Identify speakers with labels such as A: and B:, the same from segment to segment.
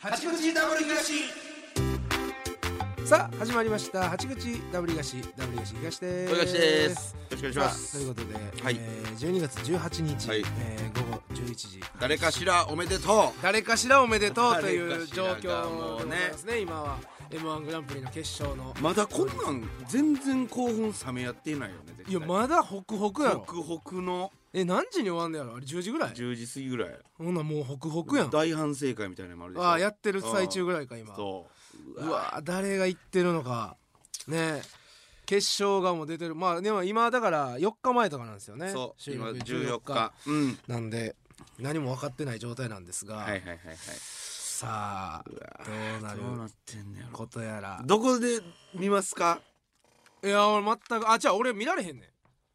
A: 八口ダブル東さあ始まりました八口ダブル東ダブル東東です
B: お願いしです。よろしくお願いしま
A: さあと
B: す。
A: いうことで、
B: はい
A: えー、12月18日、
B: はい
A: えー、午後11時
B: 誰かしらおめでと
A: 誰かしらおめでとうという状況
B: 誰かしらがも
A: でご
B: うね
A: ざいますね今は m 1グランプリの決勝の
B: う。まだこんなん全然興奮冷めやってないよね。絶対
A: いやまだホクホクやろ
B: ホクホクの
A: え何時に終わんのやろあれ10時ぐらい
B: 10時過ぎぐらい。
A: ほんならもうホクホクやん
B: 大反省会みたいなのもあるでしょ。
A: ああやってる最中ぐらいか今
B: そう。
A: うわ誰が行ってるのかねえ決勝がもう出てるまあでも今だから4日前とかなんですよね
B: そう。
A: 収
B: 今
A: 録
B: 14日。うん。
A: なんで何も分かってない状態なんですが、
B: はいはいはいはい。
A: さあどうなる
B: どうなってんねやろ。
A: ことやら
B: どこで見ますか。
A: いや俺全くあじゃあ俺見られへんねん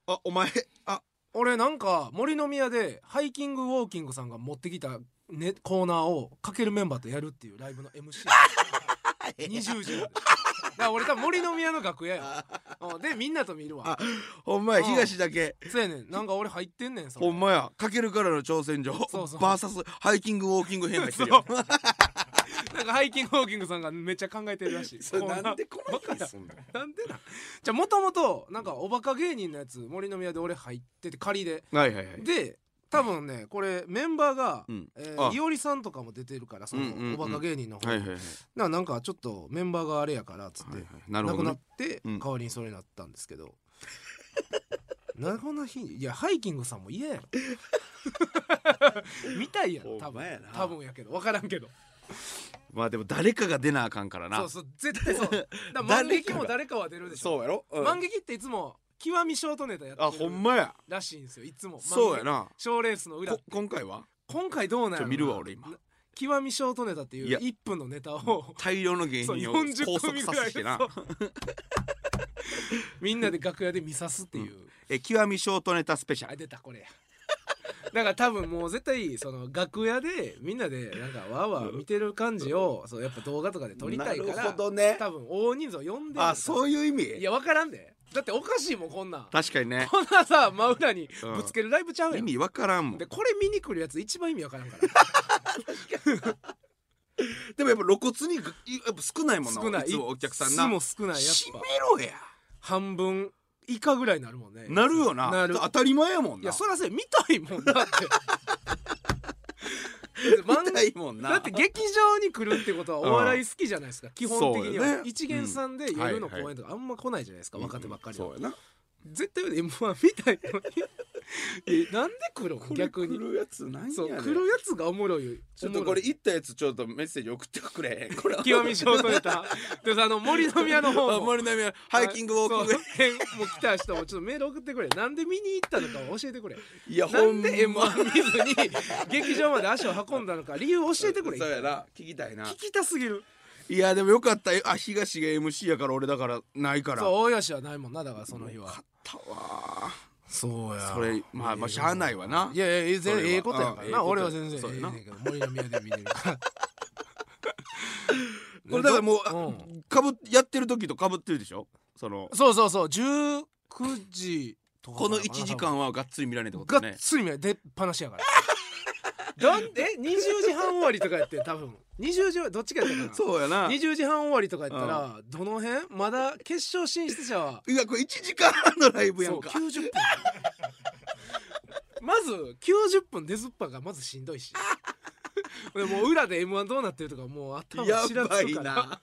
B: あお前あ
A: 俺なんか森の宮でハイキングウォーキングさんが持ってきた、ね、コーナーをかけるメンバーとやるっていうライブの MC 20時 までだから俺多分森の宮の楽屋やうんでみんなと見るわ
B: あほんまや
A: うん
B: 東だけ。
A: そうやねんなんか俺入ってんねんそれ
B: ほんまやかけるからの挑戦状
A: そうそう
B: バーサスハイキングウォーキング編が来てるよ。
A: なんかハイキングウォーキングさんがめっちゃ考えてるらしい
B: それ
A: コーナー
B: なんでこの日すんの。
A: なんでなんじゃあもともとなんかおバカ芸人のやつ森の宮で俺入ってて仮で
B: はいはいはい。
A: で多分ねこれメンバーが、
B: うん
A: え
B: あ
A: ー、いおりさんとかも出てるからそ
B: うんうんう
A: の
B: ん
A: おバカ芸人の方、
B: はいはいはい。
A: ななんかちょっとメンバーがあれやからっつって、
B: はいはいなる
A: な
B: ほど
A: く
B: ね、
A: なって、
B: うん
A: 代わりにそれになったんですけどなこの日にいやハイキングさんも嫌やろ 見たいやろ多
B: ほんまや
A: 分
B: な
A: 多分やけど分からんけど
B: まあでも誰かが出なあかんからな。
A: そうそう絶 対そうだから万
B: 誰
A: 劇
B: かが
A: も誰かは出るでしょ
B: そうやろ。うん
A: 万劇っていつも極みショートネタや
B: あ
A: って
B: ほ
A: る
B: んまや。
A: らしいんですよいつも
B: そうや
A: な
B: な。
A: 賞レースの裏
B: こ今回は
A: 今回どうなんやろな
B: ちょ見るわ俺今
A: な極みショートネタってい
B: いうや
A: 1分のネタを
B: 大量の芸
A: そう
B: 人を
A: 40
B: 拘
A: 組
B: 束
A: ぐ
B: さ
A: らい
B: せてな
A: そ。うみんなで楽屋で見さすっていう、
B: え極みショートネタスペシャ
A: あ
B: ル。
A: 出たこれやだから多分もう絶対その楽屋でみんなでなんかわーわー見てる感じをそうやっぱ動画とかで撮りたいから
B: なるほどね。
A: 多分大人数を呼んでる
B: あそういう意
A: い
B: 味。
A: や分からんでだっておかしいもんこんなん
B: 確かにね。
A: こんなさ真裏に
B: うん
A: ぶつけるライブちゃうや
B: 意
A: ん、
B: 味わからんもん。
A: で
B: で
A: これ見に来るやつ一番意味分からんから
B: もやっぱ露骨にぐいやっぱ少ないもんな。
A: 少ない
B: いつもお客さん
A: いつ
B: な
A: も。少ないやっ
B: 閉め
A: ぱ
B: ろや。
A: 半分以下ぐらいになるもんね
B: なるよな。
A: なる
B: 当たり前やもん
A: い
B: な。
A: やそらせ見たいもんだってだって漫
B: 見たいもんな。
A: だって劇場に来るってことはお笑い好きじゃないですか、基本的に
B: そう
A: は、
B: よね
A: 一元さんで
B: うん
A: 夜の
B: はい
A: 公
B: はい
A: 演とかあんま来ないじゃないですか、若手ばっかりは
B: そうやな。
A: 絶対 m 1みたいのにえなんで来るの逆に
B: これ来るやつないんや
A: そう
B: ね
A: 来るやつがおもろいよ
B: ちょっとこれ行ったやつちょっとメッセージ送ってく れへんこれ
A: おもろい極みショートネタ であの森の宮の方
B: あ
A: も
B: 森の宮ハイキングウォーキング
A: そう編も来た人もちょっとメール送ってくれなんで見に行ったのかを教えてくれ
B: いや
A: なんで
B: ほん
A: m
B: ま
A: 1見ずに劇場まで足を運んだのか理由教えてくれ
B: そうや
A: 聞
B: な聞きたいな
A: きたすぎる
B: いやでもよかったよあ東が MC やから俺だからないから
A: そう大吉はないもんなだからその日は
B: たわ
A: そうや
B: それまあまあしゃあないわない
A: やいやええ全
B: それは
A: 然ええことやから
B: うんええ
A: な
B: こと
A: 俺は全然
B: そう
A: え
B: や
A: え
B: な
A: ねんけど森の宮で見れるから
B: これだからもうあ
A: うん
B: かぶっやってる時とかぶってるでしょその
A: そうそうそう19時とか
B: この1時間はがっつり見られないってこ
A: が
B: と
A: っ
B: ね
A: つり見ない出っ放しやから なんえ20時半終わりとかやって多分20時はどっちかやったかな
B: そうやな
A: 20時半終わりとかやったらどの辺まだ決勝進出者はい
B: やこれ1時間半のライブや
A: そうん
B: か
A: 90分 まず90分出ずっぱがまずしんどいしでもう裏で m 1どうなってるとかもう頭
B: や
A: 知ら
B: ば
A: つ
B: い
A: くから
B: な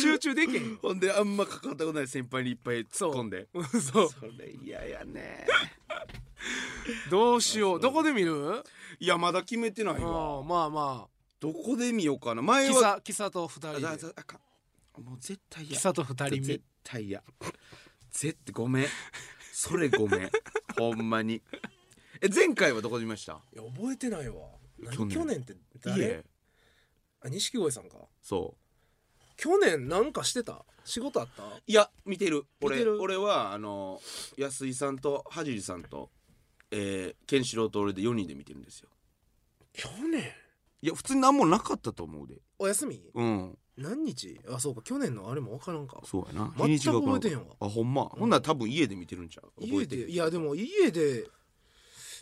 A: 集中できへ んよ
B: ほんであんま関わったことない先輩にいっぱい突っ込んで
A: うんそう
B: そ れ嫌やね
A: どうしようどこで見る
B: いやまだ決めてないわ
A: うんまあま
B: どこで見ようかな
A: あ
B: 前
A: キ
B: は
A: サキサと2
B: あ
A: 人
B: だ
A: で
B: だあかんもう絶対
A: キ
B: 嫌
A: サと2人見
B: 絶対嫌絶対ごめんそれごめ んほんまにえ前回はどこで見ました
A: いや覚えてないわ何
B: 去年
A: って
B: 家
A: あ錦鯉さんか
B: そ
A: 去年なんかしてた仕事あった
B: ういや見てる俺
A: 見てる
B: 俺はあの安井さんとはじりさんとえー、ケンシロウと俺で4人で見てるんですよ
A: 去年
B: いや普通に何もなかったと思うで
A: お休み
B: うん
A: 何日あそうか去年のあれも分からんか
B: そうやな
A: 全く覚えてへ
B: ん
A: んわ
B: あほんま、ほんなら多分家で見てるんちゃう覚
A: 家
B: えてる
A: でいやでも家で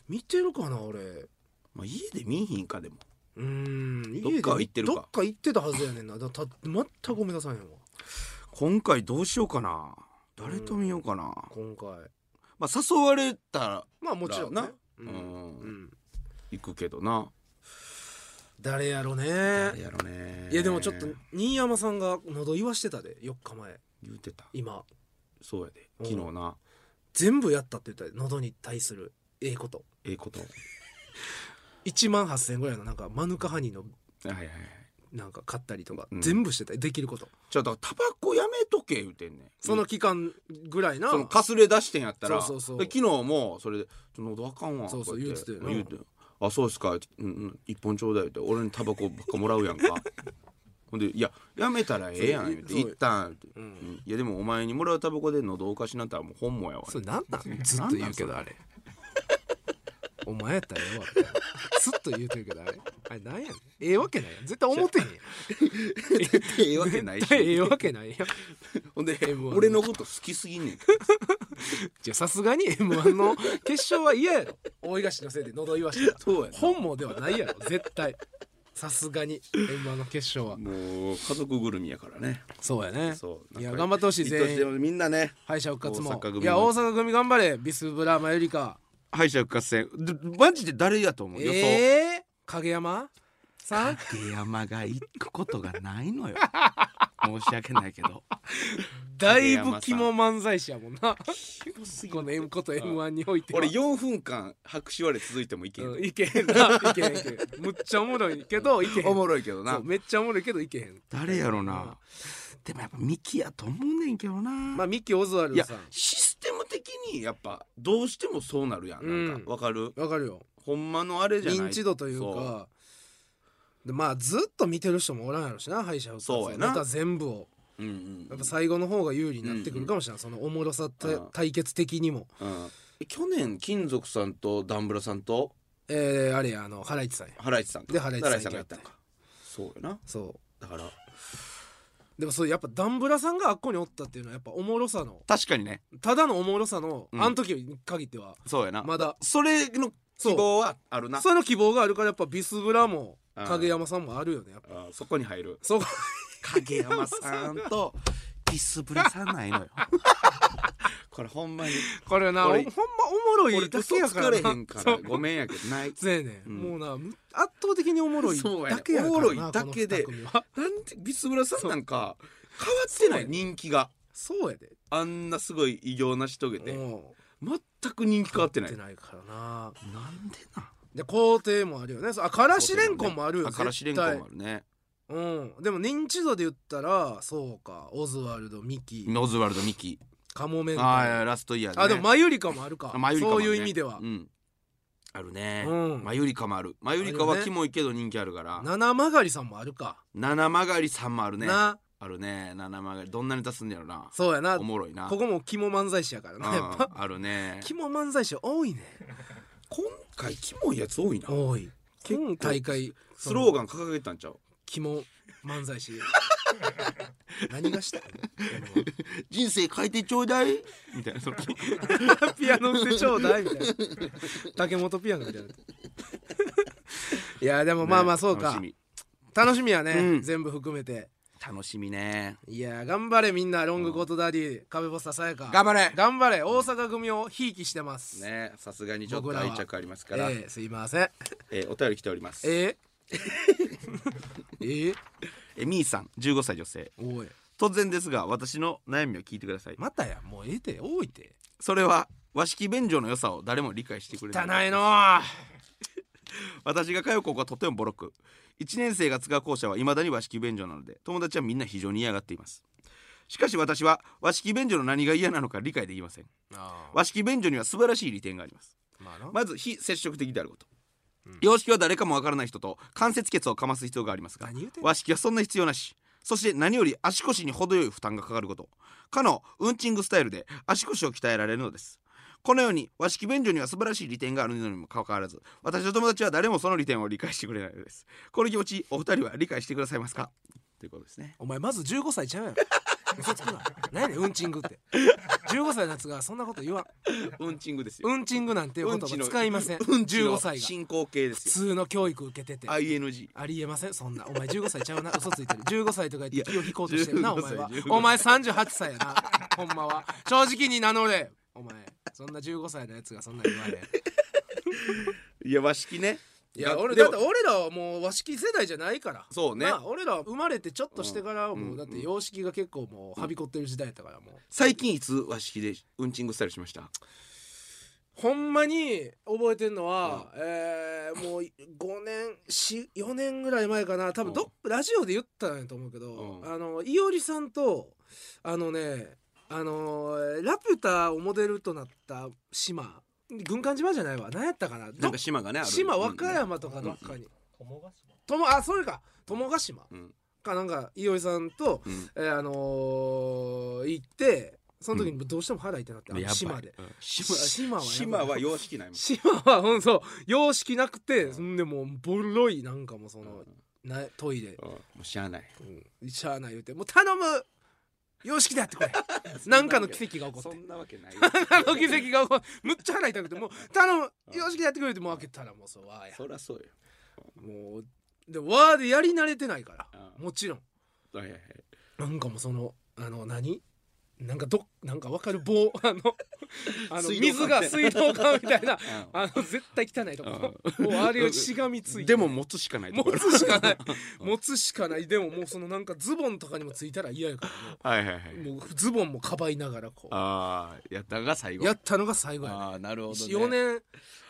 A: 見てるかな俺
B: まあ、家で見いひんかでも
A: うーん
B: どっかは行ってるか
A: 家でどっか行ってたはずやねんなだた全くごめんなさいやわ
B: 今回どうしようかな誰と見ようかな、
A: 今回
B: まあ誘われたら
A: まあもちろんね
B: な
A: う、
B: うんん
A: うん、
B: 行くけどな
A: 誰やろね
B: 誰やろね
A: いやでもちょっと新山さんが喉言わしてたで4日前
B: 言うてた
A: 今
B: そうやで
A: うん
B: 昨日な
A: 全部やったって言ったで喉に対するええこと
B: ええことは
A: 1万8000円ぐらいのなんかマヌカハニーの
B: いはいはい
A: なんか買ったりとか、
B: うん
A: 全部してたできること
B: じゃあだからタバコやめとけ言うてんねん
A: その期間ぐらいな
B: そのかすれ出してんやったら
A: そうそうそう
B: で昨日もそれで「ちょ喉あかんわ」
A: そうそう
B: こや
A: 言うてたよな
B: 言うて「あそうですか」うんうん「一本ちょうだい」って俺にタバコばっかもらうや んかほんで「いややめたらええやん」
A: そう
B: 言うて「
A: そう
B: 一旦」って
A: う、
B: うんんいやでもお前にもらうタバコで喉おかしなったらもう本望やわ」
A: それなんなんずっと言うけどあれ お前やったらええわずっと言うてるけどあれあれなんやねんええわけないやん絶対思ってへんやん
B: ええわけない
A: 絶対ええ
B: し
A: わけないやん
B: ほんで
A: M1
B: 俺のこと好きすぎんねん
A: じゃあさすがに m 1の決勝は嫌やろ大東のせいで喉言わしてた
B: そうやな
A: 本望ではないやろ絶対さすがに m 1の決勝は
B: もう家族ぐるみやからね
A: そうやね
B: そう
A: い
B: い
A: や頑張ってほしい全員
B: みんなね
A: 敗者復活も
B: 大阪組
A: いや大阪組頑張れビスブラマユリカ
B: 敗者復活戦でマジで誰やと思う、予想
A: ええ影山 さん
B: 影山が行くことがない のよ申し訳ないけど
A: だいぶ肝漫才師やもんなこの M こと M1 においては
B: 俺4分間拍手割れ続いてもいけん、
A: うんいけへんないけへんいけへんむっちゃおもろいけ どいけへん
B: おもろいけど
A: そ
B: な
A: うめっちゃおもろいけどいけへん
B: 誰やろなでもやっぱミキやと思うねんけどな、
A: まあミッキーオズワル
B: い
A: ド
B: や
A: さん
B: システム的にやっぱどうしてもそうなるやんなん
A: うん
B: かわかる
A: わかるよ
B: ほんまのあれじゃない
A: 認知度という
B: そ
A: かでまあずっと見てる人もおらんやろしな敗者復活
B: そうやな
A: また全部を
B: う、うんう
A: やっ
B: ん
A: ぱ最後の方が有利になってくるかもしれない、そのおもろさた
B: うん
A: 対決的にも
B: うん、去年金属さんとダンブラさんと
A: えー、あれやあのハライチさんや
B: ハライチさんか
A: でハライチさん
B: がやったのかそうやな
A: そ
B: だから
A: うでもそうやっぱダンブラさんがあっこにおったっていうのはやっぱおもろさの
B: 確かにね
A: ただのおもろさの、
B: うん
A: あの時に限っては
B: そうやな
A: まだ
B: それの希望はあるな
A: それの希望があるからやっぱビスブラも
B: うん
A: 影山さんもあるよねやっぱ
B: あそこに入る
A: そこ
B: 影山さんとピスブラさんないのよ これほんまに
A: これなおほん
B: 俺
A: まおもろ
B: 俺
A: いだけ
B: 嘘
A: や
B: つ
A: か
B: かられへ
A: なん
B: からごめんやけどない
A: そうやねん、
B: うん
A: もうなむ圧倒的におもろい
B: そうやねん
A: だけやからな
B: おもろいだけで
A: この二組は
B: なんでビスブラさんなんか変わってな
A: そう
B: い人気が
A: そうやで
B: あんなすごい偉業を成し遂げて
A: うん
B: 全く人気変わってない
A: 変わってないからな
B: なんでな
A: で工程もあるよねそうあからしれんこんもあるよ
B: あからしれんこんもあるね
A: 絶対うんでも認知度で言ったらそうかオズワルドミキ
B: オズワルドミキ
A: カモメン
B: ああ
A: タル
B: ーラストイヤーで、ね、
A: あでもマユリカもあるか
B: マユリカも
A: そ
B: あ
A: う
B: るね
A: いう意味では、
B: うんあるね、
A: うん
B: マユリカもあるマユリカ
A: ある
B: は
A: ね
B: キモいけど人気あるから
A: 七曲りさんもあるか、
B: 七曲りさんもあるね
A: な
B: あるね七曲りどんなネタすんねやろな
A: そうやな
B: お
A: こ
B: もろいな
A: こも肝漫才師やから
B: うん
A: なやっぱ
B: あるね
A: 肝漫才師多いね
B: 今回キモいやつ多いな
A: 多い
B: 結構
A: 今大会
B: スロー
A: ン
B: ガン掲げたんちゃう
A: 肝漫才 師何がしたい
B: 人生変えてちょうだいみたいなその
A: ピアノ打ってちょうだいみたいな竹本ピアノみたいないやでも まあまあそうか、
B: ね楽し
A: 楽しみやね、
B: うん
A: 全部含めて
B: み楽しみね
A: いや頑張れみんなロングコートダディ、壁ポスターさやか
B: 頑張れ
A: 頑張れ大阪組をひいきしてます、
B: ねさすがにちょっと愛着あります
A: え
B: から、
A: えすいません
B: えーお便り来ておりますえ
A: え えええ
B: みーさん15歳女性
A: おい
B: 突然ですが私の悩みを聞いてください
A: またやもうええて多いて
B: それは和式便所の良さを誰も理解してくれ
A: 汚
B: ない
A: いの
B: 私が通う高校はとてもボロく1年生が使う校舎は未だに和式便所なので友達はみんな非常に嫌がっていますしかし私は和式便所の何が嫌なのか理解できません
A: あ
B: 和式便所には素晴らしい利点があります
A: まあな
B: まず非接触的であること洋式は誰かもわからない人と関節血をかます必要がありますが
A: 何言うてんの
B: 和式はそんな必要なしそして何より足腰に程よい負担がかかることかのウンチングスタイルで足腰を鍛えられるのですこのように和式便所には素晴らしい利点があるのにもかかわらず私の友達は誰もその利点を理解してくれないのですこの気持ちお二人は理解してくださいますかということですね
A: お前まず15歳ちゃうやろ嘘つくな 何やねんうんちんぐって15歳のやつがそんなこと言わん
B: うんちんぐですよ
A: うんちんぐなんていう言葉
B: うんちの
A: 使いません
B: うんちの
A: 15歳が
B: 進行形で
A: 普
B: すよ
A: 通の教育受けてて
B: ING
A: ありえませんそんなお前15歳ちゃう な嘘ついてる15歳とか言って気を引こうとしてるなお
B: 15
A: 前は
B: 15
A: お前38歳やなほんまは正直に名乗れお前そんな15歳のやつがそんな言われん
B: いや和式ね
A: いや俺
B: で
A: だっ
B: も
A: て俺らはもう和式世代じゃないから
B: そうね
A: なあ俺らは生まれてちょっとしてからは
B: うん
A: も
B: う
A: うんだって様式が結構もうはびこってる時代だったからもう
B: 最近いつ和式でうんちんぐスタイルしました
A: ほんまに覚えてんのは、えーもう5年し4年ぐらい前かな多分どっ、ラジオで言ったんやと思うけど、
B: うん
A: あのいおりさんとあのねあのーラピュタをモデルとなった島軍艦島じゃないわ何やったかなど
B: なんか島がねある
A: 島和歌
B: うん
A: 山とかどっかに、
C: 友ヶ島
A: ともあそれか友ヶ島
B: うん
A: かなんかいおりさんと、
B: うん
A: えーあのー行ってその時にどうしても腹痛なって、あの
B: やばい
A: 島で
B: うん島
A: 島はやばい
B: 島は様式ないもん
A: 島はほんそう様式なくて、、
B: うん
A: でもうボロいなんかもうその、
B: う
A: なトイレ、
B: んもうしゃあない
A: うん、しゃあない言うてもう頼む様式でやってく れ なんかの奇跡が起こっ
B: そ
A: て
B: んなわけないよ
A: なんかの奇跡が起こってむっちゃ腹痛くてもう頼む様式でやってくれってもう開けたらもうそうわーや
B: そりゃそうよ
A: もうでわーでやり慣れてないから
B: うん
A: もちろん
B: はいはいはい
A: なんかもうそのあの何なんかどなんかわかる 棒あのあの
B: 水道
A: 水
B: 管
A: が水道管みたいな
B: うん
A: あの絶対汚いとこもうあれがしがみついて
B: でも持つしかないとこ
A: 持つしか ない持つしかないでももうそのなんかズボンとかにもついたら嫌やか
B: はいはいは
A: ら
B: い
A: ねもうズボンもかばいながらこう
B: ああやったが最後
A: やったのが最後やね
B: ああなるほどね
A: 4年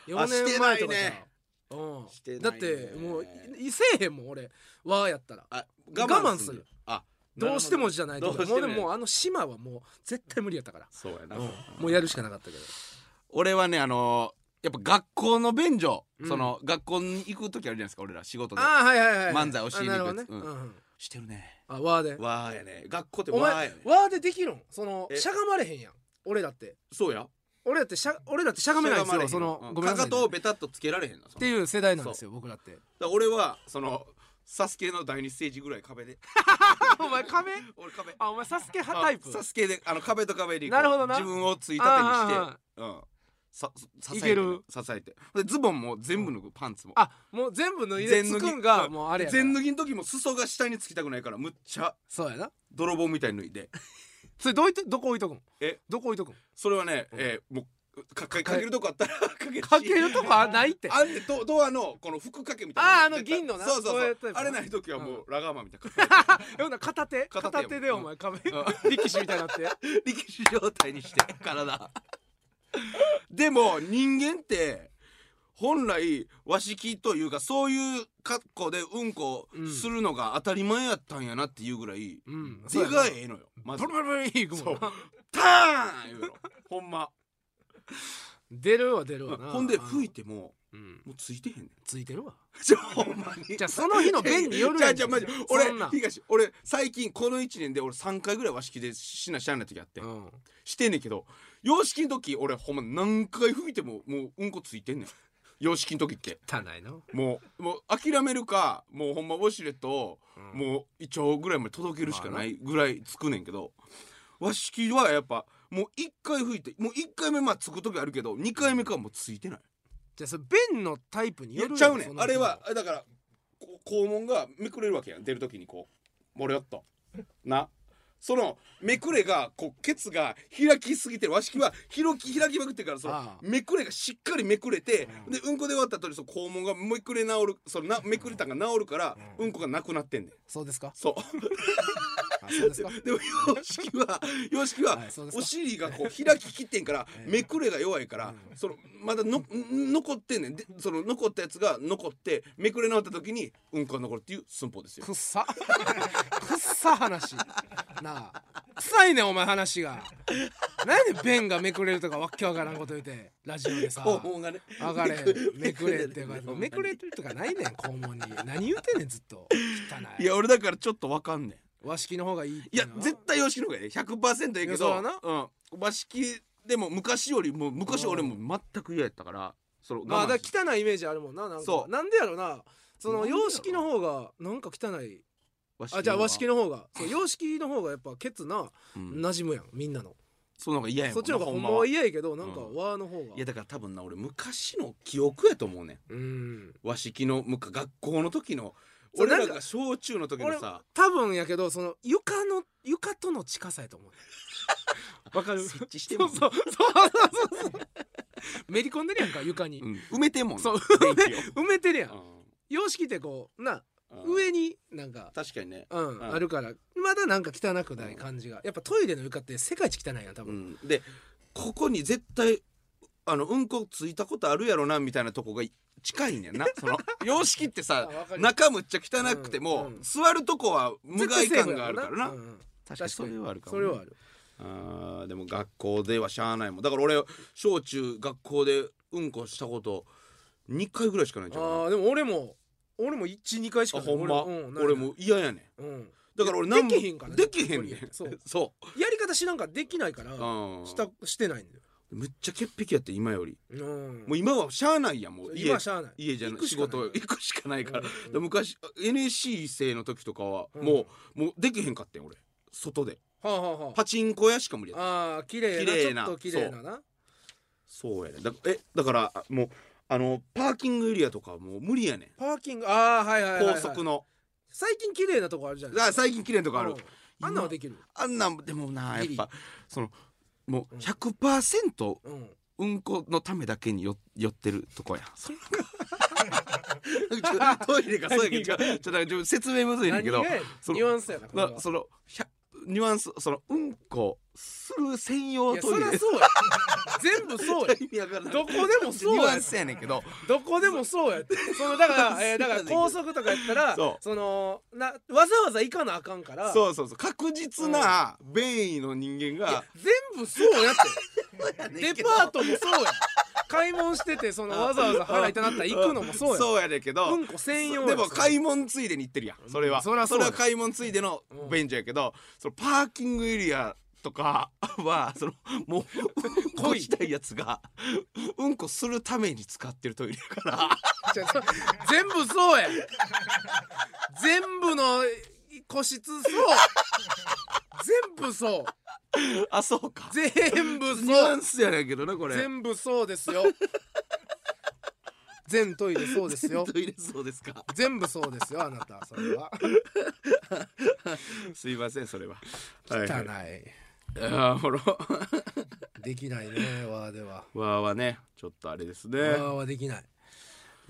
A: 4年前とかじゃん
B: してないね
A: うん
B: してない
A: だ
B: ね
A: ってもういいせえへんもん俺わーやったら
B: あ
A: 我慢する
B: あ
A: どうしてもじゃないと
B: どうして
A: もう
B: も
A: でもあの島はもう絶対無理やったから
B: そうやな
A: うんもうやるしかなかったけど
B: 俺はねあのーやっぱ学校の便所
A: うん
B: その学校に行く時あるじゃないですか俺ら仕事で
A: ああはいはいはい
B: 漫才教えに行くやつ
A: あなるほどね
B: う
A: うんん
B: してるね
A: あわーで
B: わあやね学校って
A: お
B: わあや
A: 前
B: ね
A: わーでできるんその
B: え
A: しゃがまれへんやん俺だって
B: そうや
A: 俺だってしゃ俺だってしゃがめないんですよその
B: うん
A: ごめんなさい
B: かか
A: ね
B: とをベタっとつけられへんの
A: っていう世代なんですよ僕らって
B: だから俺はそのサスケの第二ステージぐらい 壁で
A: お前壁
B: 俺壁
A: あお前サスケ派タイプ
B: あサスケであの壁と壁でこう
A: なるほどな
B: 自分をついたてにして
A: あ
B: うんさ支
A: い
B: え
A: け
B: てね
A: る
B: 支えてでズボンも全部脱ぐパンツも
A: あもう全部脱いでつくんがもうあれやから
B: 全脱ぎの時も裾が下につきたくないからむっちゃ
A: そうやな
B: 泥棒みたいに脱いで
A: それどういってどこ置いとくん
B: え
A: どこ置いとくん
B: それはね、えーもうかかかけるとこあったらかける し
A: かけるとこはないって
B: あんでドドアのこの服掛けみたい
A: あー
B: な
A: あの
B: 絶対
A: 銀のな
B: そうそう
A: そうい
B: そ
A: うタイ
B: う
A: プな
B: あれない時はもう、ラガーマンみたい な
A: ような片手
B: 片手
A: 片手で
B: うん
A: お前壁力士みたいになって
B: 力士状態にして 体でも人間って本来和式というかそういう格好でうんこするのが当たり前やったんやなっていうぐらい、
A: うん
B: 手がええのよま ず
A: ブルブルブルいくもんな
B: ターン言うのほんま
A: 出るわ出るわな
B: ほんで吹いても
A: うん
B: もうついてへんねん
A: ついてるわ
B: じゃほんまに
A: じゃあその日の便に よる
B: じゃ
A: や
B: あ
A: ん
B: じゃあマジ
A: そんな
B: 俺
A: ん
B: 東俺最近この一年で俺3回ぐらい和式でしなしゃあない時あって、
A: うん
B: してんねんけど洋式の時俺ほんま何回吹いてももううんこついてんねん洋式の時って
A: 汚いな
B: もうもう諦めるかもうほんまウォシュレットを
A: うん
B: もう一丁ぐらいまで届けるしかないぐらいつくねんけど和式はやっぱもう1回吹いてもう1回目まあつく時あるけど2回目からもうついてない
A: じゃあそれ便のタイプに
B: いや
A: よるや
B: ちゃうね
A: そ
B: ん
A: の
B: あ
A: 日の
B: れはだからこ肛門がめくれるわけやん出る時にこうもれよっとなそのめくれがこうケツが開きすぎてる和式は広き開きまくってるからその
A: ああ
B: めくれがしっかりめくれて
A: うん
B: でうんこで終わった後にその肛門がめくれ治るそのなめくれたんが治るから
A: う
B: うんんこがなくなってんねん
A: そうですか
B: そう
A: あそうですか
B: でも洋式は洋式は
A: はいそうですか
B: お尻がこう開ききってんから
A: ええ
B: めくれが弱いからそのまだの残ってんねんでその残ったやつが残ってめくれ直った時にうんこが残るっていう寸法ですよ
A: くっさ くっさ話なあ臭いねんお前話が何で便がめくれるとかわっけわからんこと言うてラジオで さ
B: 肛門がね
A: 上がれ めくれって
B: めくれ
A: めくれてるとかないねん肛門に何言うてんねんずっと汚
B: い
A: い
B: や俺だからちょっとわかんね
A: 和式の方がいいって
B: んいや
A: な
B: 絶対洋式の方がええ100%ええ
A: いや
B: け
A: そう
B: ど
A: やな
B: うん和式でも昔よりも昔俺も全く嫌やったからその
A: まあ
B: 我
A: だ
B: 慢
A: か
B: して
A: ら汚いイメージあるもんななんか
B: そう
A: なんでやろなその
B: なんでやろ
A: 様式の方がなんか汚い
B: 和
A: あじゃあ和式
B: の
A: の方がそう洋式の方がやっぱケツな
B: 方が、うん、
A: 馴染むやんみんなの
B: その方が嫌やもんな
A: そっちの方がほんま
B: ほんま
A: は
B: は
A: 嫌やけどなんか
B: うん
A: 和の方が
B: いやだから多分な俺昔の記憶やと思うねん
A: うん
B: 和式のむか学校の時の
A: そう
B: 俺ら
A: なん
B: が
A: か
B: 小中の時のさ
A: 多分やけどその床の床との近さやと思う わかる
B: 設置して
A: そ
B: も
A: うん
B: ね
A: そうそうそうそうめり込んでるやんか床に、
B: うん埋めてんもんね
A: そう
B: 電気
A: 埋めてるやん
B: を
A: 様式ってこうな
B: うんうん
A: 上になんか
B: 確かにね
A: うん、
B: ん
A: あるからまだなんか汚くない感じがやっぱトイレの床って世界一汚いやん多
B: う
A: 分、
B: んでここに絶対あのうんこついたことあるやろなみたいなとこが近い ねんなその様式って
A: あ
B: さ
A: わかる
B: 中むっちゃ汚くても、
A: うんうん
B: 座るとこは無害
A: 絶対セーフ
B: 感
A: や
B: があるからな
A: うんうん
B: 確
A: 確かに
B: はある
A: それはある
B: あーでも学校ではしゃあないもんだから俺小中学校でうんこしたこと2回ぐらいしかないん
A: あ
B: ちゃうかな
A: ーでも俺も俺も12回しか
B: あ
A: ない
B: ほんま
A: 俺,、うんない
B: 俺も嫌やねん
A: うん
B: だから俺
A: で
B: 何も
A: きへんからね
B: できへんねん
A: そ
B: そうう
A: やり方知らんからできないから
B: うん
A: したしてないんだよ、
B: めっちゃ潔癖やって今より
A: うん、
B: もう今はしゃあないやんもう
A: 今
B: 家
A: はしゃあない
B: 家じゃな
A: 行く
B: い
A: し
B: 仕
A: かない
B: 事行くしかないから,、
A: うん
B: 昔 NSC 生の時とかは
A: うん
B: もう、もうできへんかったん俺外で
A: はあ、はあはあ
B: パチンコ屋しか無理やった
A: あー綺麗な
B: 綺麗な
A: ちょっと綺麗なな
B: そうやねだえだからあもうあのパーキングエリアとかはもう無理やねん
A: パーキングああはいはいはい、はい、
B: 高速の、
A: 最近綺麗なとこあるじゃない
B: あ最近綺麗なとこある、
A: うんあんなんはできる
B: あんなんでもなや
A: ギ
B: っ
A: リ
B: ぱそのもう
A: うん
B: 100%
A: うん
B: うんこのためだけによ寄ってるとこやそれなんかちょトイレがそうやけどちょちょなんかちょ説明むずいねんだけど
A: 何がやねん
B: その
A: ニュアンスやなこれは
B: なそのひゃニュアンスそのうんこする専用
A: いや
B: ト
A: そ
B: イ
A: り
B: レ
A: ゃそうや全部そう や
B: 意味わからん
A: どこでもそう
B: ニュ
A: や
B: アンスやねんけど
A: どこでもそうやってそのだから、えーだから高速とかやったら
B: そ
A: そうのなわざわざ行かなあかんから
B: そうそうそう確実な便意の人間
A: いや
B: が
A: 全部そうやっ
B: デ
A: てデパートもそうや買い物しててそのわざわざ払いたなったら行くのもそうや
B: そうやねんけど
A: うんこ専用や
B: でも買い物ついでに行ってるやんそれ
A: う
B: は
A: んそりゃそうだ
B: は買い物ついでの便所やけど、そのパーキングエリアとかは そのも ううんこしたいやつがうんこするために使ってるトイレやから
A: じゃあそ 全部そうや全部の個室そう全部そう
B: あそうか
A: 全部
B: ニュア
A: そう
B: ンスやねんけどなこれ
A: 全部そうですよ全トイレそうですよ
B: トイレそうですか
A: 全部そうですよあなたそれは
B: すいませんそれは
A: 汚い、
B: はいあーほら
A: できないねわーでは
B: わーはねちょっとあれですね
A: わーはできない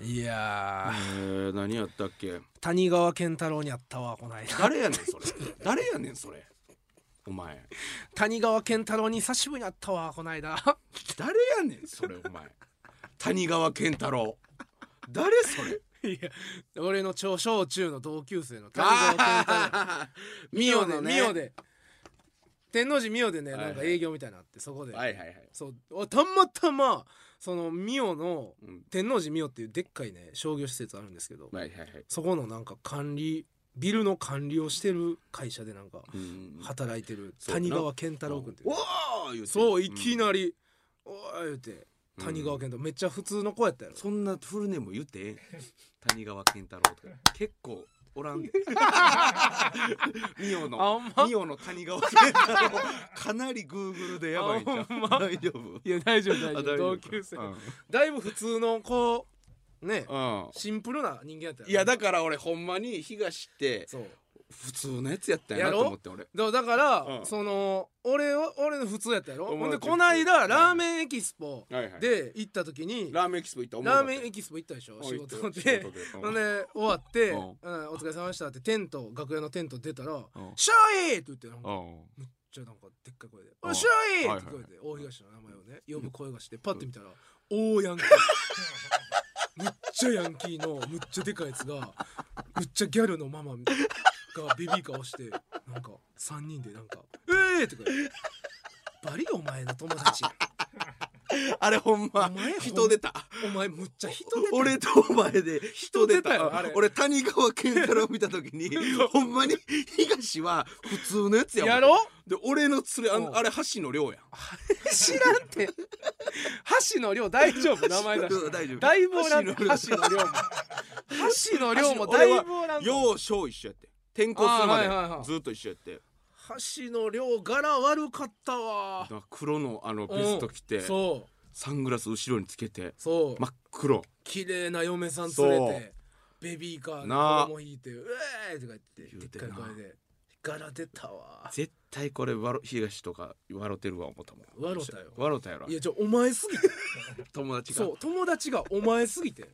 A: いや
B: え
A: ー
B: ー、何やったっけ
A: 谷川健太郎にあったわこないだ
B: 誰やねんそれ誰やねんそれお前
A: 谷川健太郎に久しぶりにあったわこないだ
B: 誰やねんそれお前谷川健太郎誰それ
A: いや 俺の小小中の同級生の 谷川健太郎
B: あーミオのね
A: ミオで天王寺ミオでね
B: はいは
A: ないんか営業みたいなのあってそこで、
B: はいはいはい、
A: そうおたまたまそのミオの
B: うん、
A: 天王寺ミオっていうでっかいね商業施設あるんですけど
B: はいはいはい、
A: そこのなんか管理ビルの管理をしてる会社でなんか
B: うん
A: 働いてる
B: そうやな
A: 谷川健太郎君っていう
B: おー言て
A: そういき
B: り、
A: なり「おい」言うて
B: うん
A: 谷川健太郎めっちゃ普通の子やったやろ
B: そんなフルネーム言ってえ え谷川健太郎とか結構 おらんでミオ
A: あほ
B: の
A: んま
B: ミオの谷川健太郎かなりグーグルでやばいんじゃ
A: あほん
B: ん
A: ま
B: 大丈夫
A: いや大丈夫大丈夫
B: あ大丈夫
A: 同級生
B: うん
A: だいぶ普通の子ね
B: うん
A: シンプルな人間やったよ
B: いやだから俺ほんまに東って
A: そう
B: 普通のやつやったんやなと思って俺
A: だだから、
B: うん
A: その俺は俺の普通やったやろ
B: 友
A: ほんで
B: 達
A: こないだ
B: うん
A: ラーメンエキスポ
B: はいはい
A: で行った時に、
B: ラーメンエキスポ行ったおもろ
A: ラー
B: かった
A: メンエ
B: よ
A: キスポ行ったでしょ
B: お
A: 仕
B: 行ったよ
A: 事で
B: 仕
A: ほ
B: 事
A: ん
B: で
A: で終わって「
B: うん
A: うんお疲れ様でした」ってテント楽屋のテント出たら
B: うん
A: 「シャイ!」って言ってなんか
B: う
A: じゃあなんかでっかい声で「
B: うん
A: おいシャイ!」って聞こえて大東の名前をね呼ぶ声がしてパッて見たら大ヤンキーむっちゃヤンキーのむっちゃでかいやつがむっちゃギャルのママがベビーカーをしてなんか3人でなんか「ええー!」って言って「バリお前の友達
B: んあれほん
A: お
B: ま
A: 前ほん
B: 人出た
A: お前むっちゃ人出た
B: 俺とお前で人出
A: 人出たよあ
B: た
A: れ
B: 俺谷川健太郎見た時にほんまに東は普通のやつやもん
A: やろ
B: で俺の連れあ
A: うん
B: んあれ橋の量やん
A: 知らんて箸の量大丈夫名前出 して
B: 大丈夫
A: だいぶおらんて箸
B: 箸
A: の量も箸の量もだいぶおらんて
B: よう小一緒やって転校するま
A: あーはいはいはい
B: でずっと一緒やって、
A: 橋の量柄悪かったわ
B: だから黒のあのベスト着て
A: そう
B: サングラス後ろにつけて
A: そう、
B: 真っ黒
A: 綺麗な嫁さん連れ
B: そう
A: てベビーカーに
B: なあ
A: 子供引いて「うえー!」とか言って
B: 言
A: で
B: う
A: ってか
B: ない
A: 声で「柄出た わ
B: 絶対これわろ東とか笑てるわ思ったもん
A: 笑たよ
B: 笑たやろ」
A: いやちょお前すぎて
B: 友達が
A: そう友達が「お前すぎて」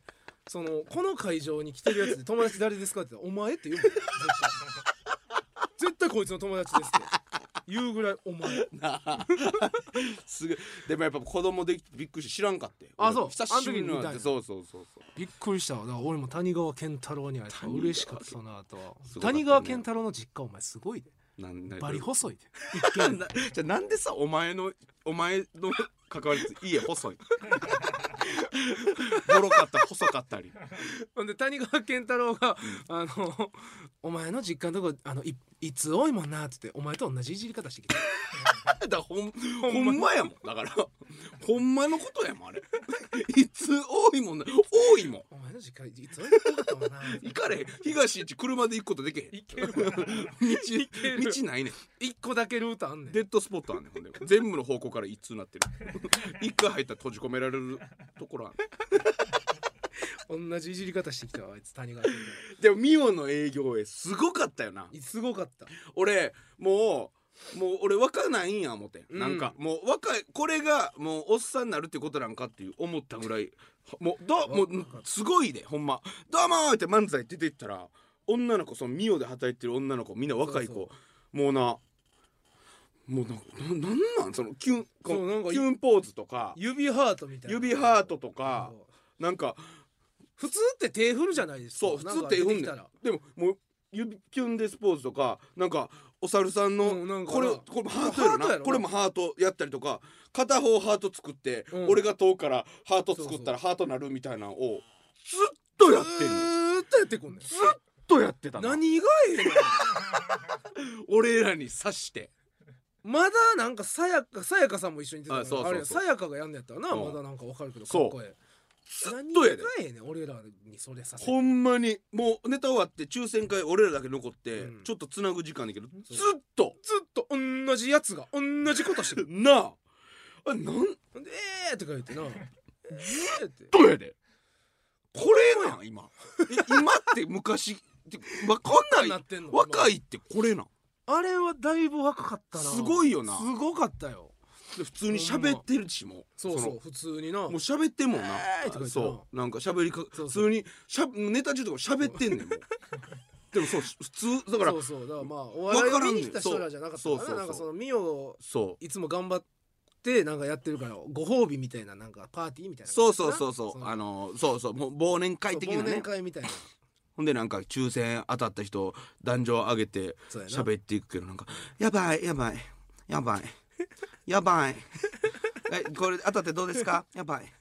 A: そのこの会場に来てるやつで「友達誰ですか?」って言ったら「お前」って言うもん絶 対絶対こいつの友達ですって言うぐらい「お前
B: なあ すごいでもやっぱ子供できてびっくりして知らんかって
A: あそう
B: 俺久しぶり
A: あの時に
B: に
A: 見たん
B: 会って
A: や
B: そうそうそうそう」
A: びっくりしたわだから俺も谷川健太郎に会えた
B: 谷川
A: 嬉しかったその後は、
B: すごかったね
A: 谷川健太郎の実家お前すごいで
B: なんなん
A: バリ細いで一
B: な
A: 見
B: んだじゃあなんでさお前のお前の関わりって家細 いボロかった細かったり
A: ほんで谷川健太郎が「あのお前の実家のとこあのいいつ多いもんな」って言ってお前と同じいじり方してきた
B: だからほん ほんまやもんだからほんまのことやもんあれ いつ多いもんな多いもん
A: お前の実家いつ多いもんな多かったもんな
B: 行かれへん東一車で行くことできへん
A: いけるわけ
B: 道
A: る
B: 道ないねん
A: 一個だけルートあんねん
B: デッドスポットあんねんほんで全部の方向から一通なってる 一回入ったら閉じ込められるところあんね
A: 同じいじり方してきたわあいつ谷川健太
B: んでもミオの営業へすごかったよな
A: 郎すごか った
B: 俺もうもう俺若ないんや思って、
A: うん
B: なんかもう若いこれがもうおっさんになるってことなんかっていう思ったぐらいもうどもうすごいでほんま「どうも!」って漫才出てったら女の子そのミオで働いてる女の子みんな若い子
A: そう
B: もうなもうなななんなんそのキュンこ
A: そうなんか
B: キュンポーズとか
A: 指ハートみたいな
B: 指ハートとか
A: そう
B: なんか
A: 普通って手振るじゃないですか
B: そう普通って
A: なんか
B: 言う
A: 出
B: ん
A: き
B: だ
A: た
B: よ
A: ら
B: でももう指キュンですポーズとかなんかお猿さんの、
A: うんなんかな
B: これこれもハートやろな
A: ハートやろな
B: これもハートやったりとか片方ハート作って、
A: うん
B: 俺が遠からハート作ったらハートなるみたいなのをずっとやってんねん
A: ずーっとやってこんねん
B: ずっとやってたな
A: 何がええねん
B: 俺らに刺して
A: まだなんかさやかさやかさんも一緒に出てた
B: あそう
A: か
B: そうそ
A: ら
B: う
A: あれやさやかがやんねやったらな
B: うん
A: まだなんかわかるけどか
B: そう
A: っこええ
B: ずっ
A: 何
B: と
A: が
B: やで
A: ええねん俺らにそれさせて
B: ほんまにもうネタ終わって抽選会俺らだけ残って、
A: うん
B: ちょっとつなぐ時間だけどず
A: そう
B: っと
A: ずっと同じやつが同じことしてる
B: なああれなん
A: ほんでええーとか言って なえーって
B: どうやでこれなん今え今って昔ってわか
A: こ
B: ん
A: んな
B: な
A: いんってんの
B: 若いってこれなん
A: あれはだいぶ若かったな
B: すごいよな
A: すごかったよ
B: で普通に喋ってるしも
A: そう
B: の
A: そう普通にな
B: もう喋ってんもんな、
A: えーとか言ってな
B: そうなんか喋りか
A: そう
B: 普通にしゃネタ中とかも喋ってんねんもうでもそう普通だから
A: そうそうだからまあお笑いを見に来た人らじゃなかったか
B: わ
A: ら
B: からん
A: なな
B: ねんそうそうそうそう
A: んかそのミオを
B: そう
A: いつも頑張ってなんかやってるからご褒美みたいななんかパーティーみたいな
B: そうそうそうそう
A: その
B: あのそうそうもう忘年会的な
A: 忘年
B: ね
A: 会みたいな
B: ほんでなんか抽選当たった人壇上上げて
A: そうやな
B: 喋っていくけどなんか「やばいやばい やばいやばい」え「これ当たってどうですかやばい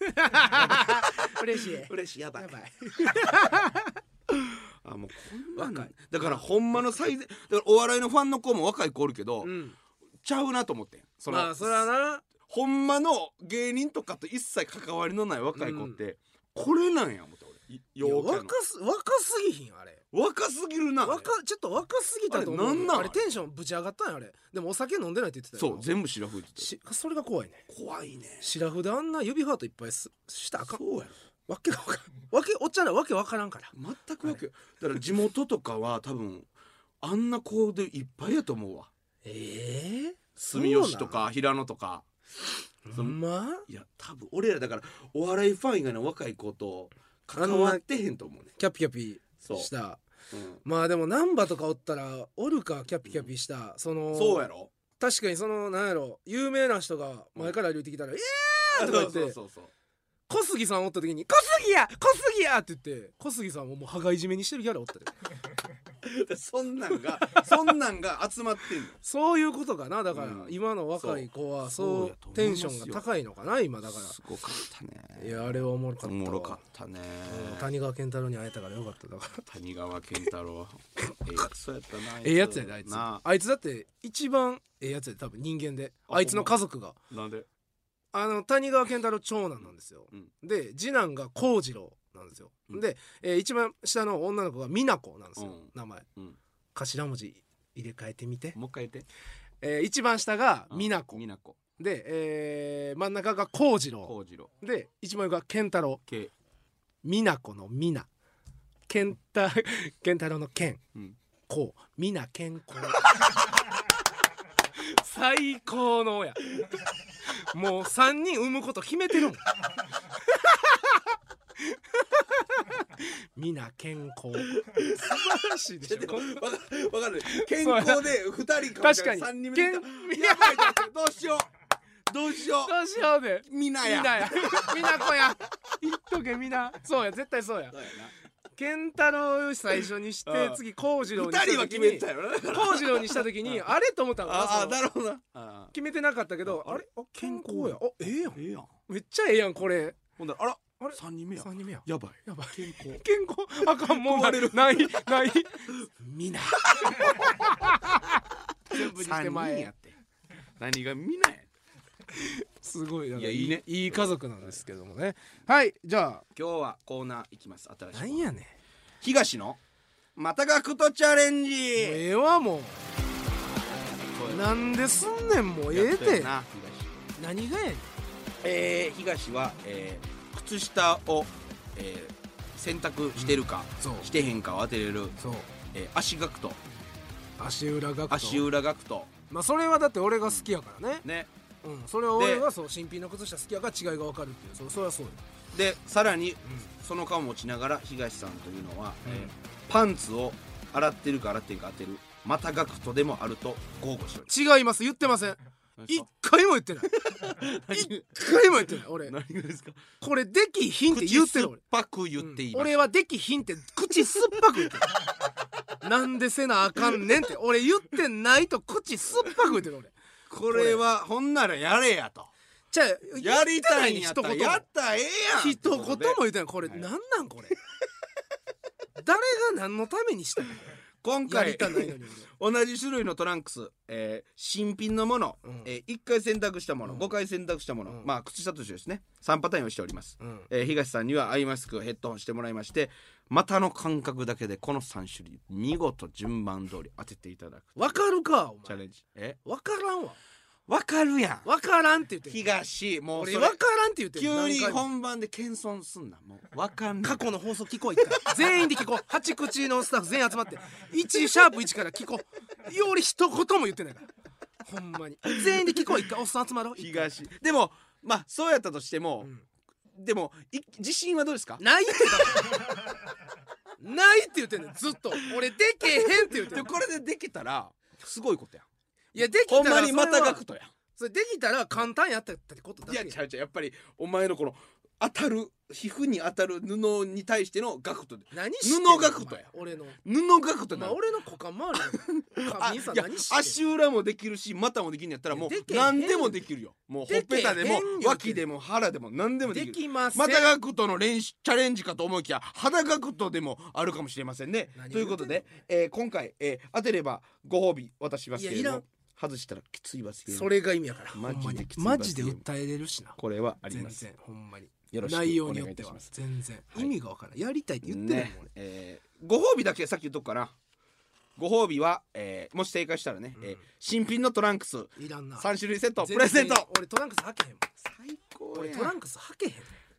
A: 嬉 しいや
B: 嬉しいやばい
A: ばい
B: あもうこんなん
A: 若い
B: だからほんまの最善だからお笑いのファンの子も若い子おるけど、
A: うん
B: ちゃうなと思ってんその、
A: まあそれはな
B: ほんまの芸人とかと一切関わりのない若い子って、これなんや思った俺い
A: いや
B: 陽キャの
A: 若す若すぎひんあれ
B: 若すぎるなあれ
A: 若ちょっと若すぎたと思う
B: あれなんなん
A: あれテンションぶち上がったんやあれでもお酒飲んでないって言ってた
B: そ
A: よ
B: う全部白吹いて
A: しそれが怖いね
B: た怖いね
A: 白筆あんな指ハートいっぱいすしたらあかん
B: そうやろ
A: わけわからんわけおっちゃんらわけわからんから
B: 全くわけだから地元とかは多分あんな子でいっぱいやと思うわ
A: ええ
B: 住吉とか平野とか
A: ほんま
B: いや多分俺らだからお笑いファン以外の若い子と関わってへんと思うね
A: キャピキャピ
B: そう、
A: した
B: うん
A: まあでも難波とかおったらおるかキャピキャピした、その
B: そうやろ
A: 確かにそのなんやろ有名な人が前から歩いてきたら「えー!」とか
B: そ
A: 言
B: う
A: って
B: そうそうそう
A: 小杉さんおった時に「小杉や小杉や!」って言って小杉さんももう羽がいじめにしてるキャラおったで
B: だからそんなんがそんなんが集まってんの
A: そういうことかなだから、
B: うん
A: 今の若い子は
B: そうそう
A: そう
B: やと思いますよ
A: テンションが高いのかな今だか
B: すごかった
A: ら
B: ね
A: いやあれはおもろかっ
B: お
A: たわ
B: もろかったね
A: うん谷川健太郎に会えたからよかっただから
B: 谷川健太 郎ええやつやったな
A: ええやつやであいつ
B: な
A: あいつだって一番ええやつやで多分人間で
B: あ
A: あいつの家族が
B: なんで
A: あの谷川健太郎長男なんですよ、
B: うん
A: で次男が幸次郎なんですよ、
B: うん
A: で、えー一番下の女の子が美奈子なんですよ、
B: うん
A: 名前、
B: うん
A: 頭文字入れ替えてみて、
B: もう一回言って
A: えー一番下が美奈子
B: みなこ
A: で、えー真ん中が幸次郎
B: こうじろ
A: で一番上が健太郎
B: け
A: 美奈子の美奈健太 健太郎の健
B: うん
A: こうみな健康 最高のやもう3人産むこと決めてるもん みな健康素晴らしいでしょこん
B: わかわかる健康で二人かもし
A: 確か
B: れ
A: に
B: ない三人目
A: 健
B: や
A: み
B: ばいどうしようどうしよ
A: どうしようで
B: うみな
A: み
B: や
A: なやみなこや言っとけみなそうや絶対そうや
B: そうやな
A: 健太郎を最初にして
B: うん
A: 次幸次郎に
B: 二人は決めてた
A: よ
B: よなだから
A: 幸次郎にした時にあれと思ったの
B: あ
A: そ
B: あ
A: の
B: なるほどなあ
A: 決めてなかったけど
B: あ
A: あ
B: あ
A: れ
B: れ
A: あ健康やあええやん
B: ええやん
A: めっちゃええやんこれ
B: ほんだらあら
A: あれ
B: 三人目や
A: 3人目や
B: やばい
A: やばい
B: 健康
A: 健康 あかんもうな
B: 壊れる
A: ないない みんな全部にして前や
B: って何がみなや
A: すごいなんか
B: いやいいね
A: いい家族なんですけどもねはいじゃ
B: 今日はコーナーいきます新
A: あ
B: しい
A: な
B: コ
A: ん
B: ーナー
A: やねんもう
B: 東のまたがくとチャレンジ
A: ええわも
B: こういううの
A: なんですんねんもうええ
B: やったよ
A: て
B: な
A: 何がやねん
B: 東えー東は、えー靴下を、えー洗濯してるか、
A: そう
B: してへんかを当てれる、
A: そう
B: えー足学と
A: 足裏学徒
B: 足裏学と
A: まあそれはだって俺が好きやからね
B: ね
A: うんそれは俺がそう新品の靴下好きやから違いが分かるっていうそそれはそうよ
B: でさらに
A: うん
B: その顔を持ちながら東さんというのは、
A: うん
B: えーパンツを洗ってるか洗ってんか当てるまた学徒でもあると豪語しており
A: 違います言ってません
B: ます
A: 一回も言っ てない一回も言ってない俺
B: 何がですか
A: これできひんって言ってる俺
B: 口酸っぱく言ってい
A: うん
B: ます、
A: 俺はできひんって口酸っぱく言ってるなんでせなあかんねんって俺言ってないと口酸っぱく言ってる俺
B: これはほんならやれやと
A: じゃあ
B: やりたいんやったら
A: 言ってな
B: や
A: い
B: ったらええやん
A: 一言も一言も言ってないこれ、
B: はい
A: なんなんこれ誰が何のためにしたの
B: 今
A: や
B: 回
A: りたないのに
B: 同じ種類のトランクス、えー新品のもの、
A: うん
B: えー1回選択したもの、
A: うん
B: 5回選択したもの、
A: うん
B: まあ靴下としてですね3パターンをしております、
A: 俺、うん、
B: えー東さんにはアイマスクヘッドホンしてもらいまして股の感覚だけでこの3種類見事順番通り当てていただく
A: 分かるかお
B: チャ
A: 前
B: レンジえ
A: 分からんわ
B: わかるやん
A: 分からんって言ってる
B: 東もう
A: 俺
B: そ
A: 分
B: れ
A: からんって言ってる
B: 急に
A: 何回も
B: 本番で謙遜すんなもうわかんない
A: 過去の放送聞こう一回 全員で聞こう八口のスタッフ全員集まって1シャープ1から聞こうより一言も言ってないからほんまに全員で聞こう一回おっさん集まろう一回
B: 東でもまあそうやったとしても
A: う、ん
B: でもい自信はどうですか
A: ないって言ったないって言ってんねんずっと俺でけへんって言ってん
B: で
A: ねん
B: もこれでできたらすごいことやん
A: いやできた
B: ほ
A: ら
B: んまに
A: それは
B: またがくとや
A: それできたら簡単やったってことだ
B: い
A: け
B: やちゃうちゃうやっぱりお前のこの当たる皮膚に当たる布に対してのガクトで
A: 何してん
B: 布がことや
A: お前俺の
B: 布ガクト
A: お前
B: な
A: 俺の股間周りの
B: あ
A: 髪
B: い
A: さん
B: や
A: 何してん
B: 足裏もできるし股もできるんやったらもう
A: いやでけへん
B: 何でもできるよもうほっぺたで
A: でけへ
B: も
A: んよ
B: 脇でも腹でも何でも
A: の
B: で
A: で
B: き
A: き
B: る
A: ません
B: またガクトの練習チャレンジかと思いきや肌ガクトでもあるかもしれませんね
A: 何
B: ということで、えー今回、えー当てればご褒美渡しますけれ
A: いや
B: ど
A: いら
B: も
A: ん
B: 外したらきつい罰ゲーム
A: それが意味やから
B: マジで
A: ほんまに
B: きつい
A: マジで
B: 罰ゲーム
A: 訴えれるしな
B: これはあり
A: 全
B: ます
A: 然ほんまに
B: よろしくお願い
A: 内
B: いたします
A: 容によっては全然
B: はい
A: 意味がわからんやりたいって言ってない
B: ね
A: もん俺
B: えーご褒美だけさっき言っとくからご褒美は、えーもし正解したらね、
A: うん
B: えー新品のトランクス
A: いらんな
B: 3種類セット
A: 全然
B: プレゼント
A: 俺トランクス履けへんもん
B: 最高
A: 俺
B: や
A: トランクス履けへん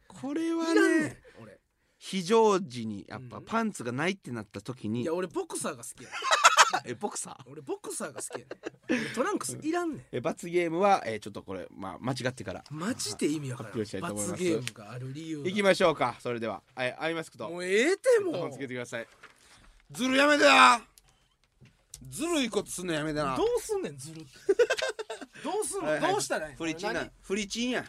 B: これはい
A: らんねん
B: ね
A: 俺
B: 非常時にやっぱ
A: うん
B: パンツがないってなった時に、
A: いや俺ボクサーが好きやねん
B: えボクサー
A: 俺ボクサーが好きやねん俺トランクスいらんねん
B: え罰ゲームは、えーちょっとこれ、まあ、間違ってから
A: マジで意味わからん
B: 発表したいと思います
A: 罰ゲームがある理由が
B: いきましょうかそれでは、えー、アイマスクと
A: もうええて
B: ヘッド
A: も
B: ホン
A: う
B: つけてくださいずるやめだなずるいことすんのやめだな
A: どうすんねんずるどうすんの、
B: はいはい
A: どうしたらいいの
B: フリチンな
A: 何
B: フリチンや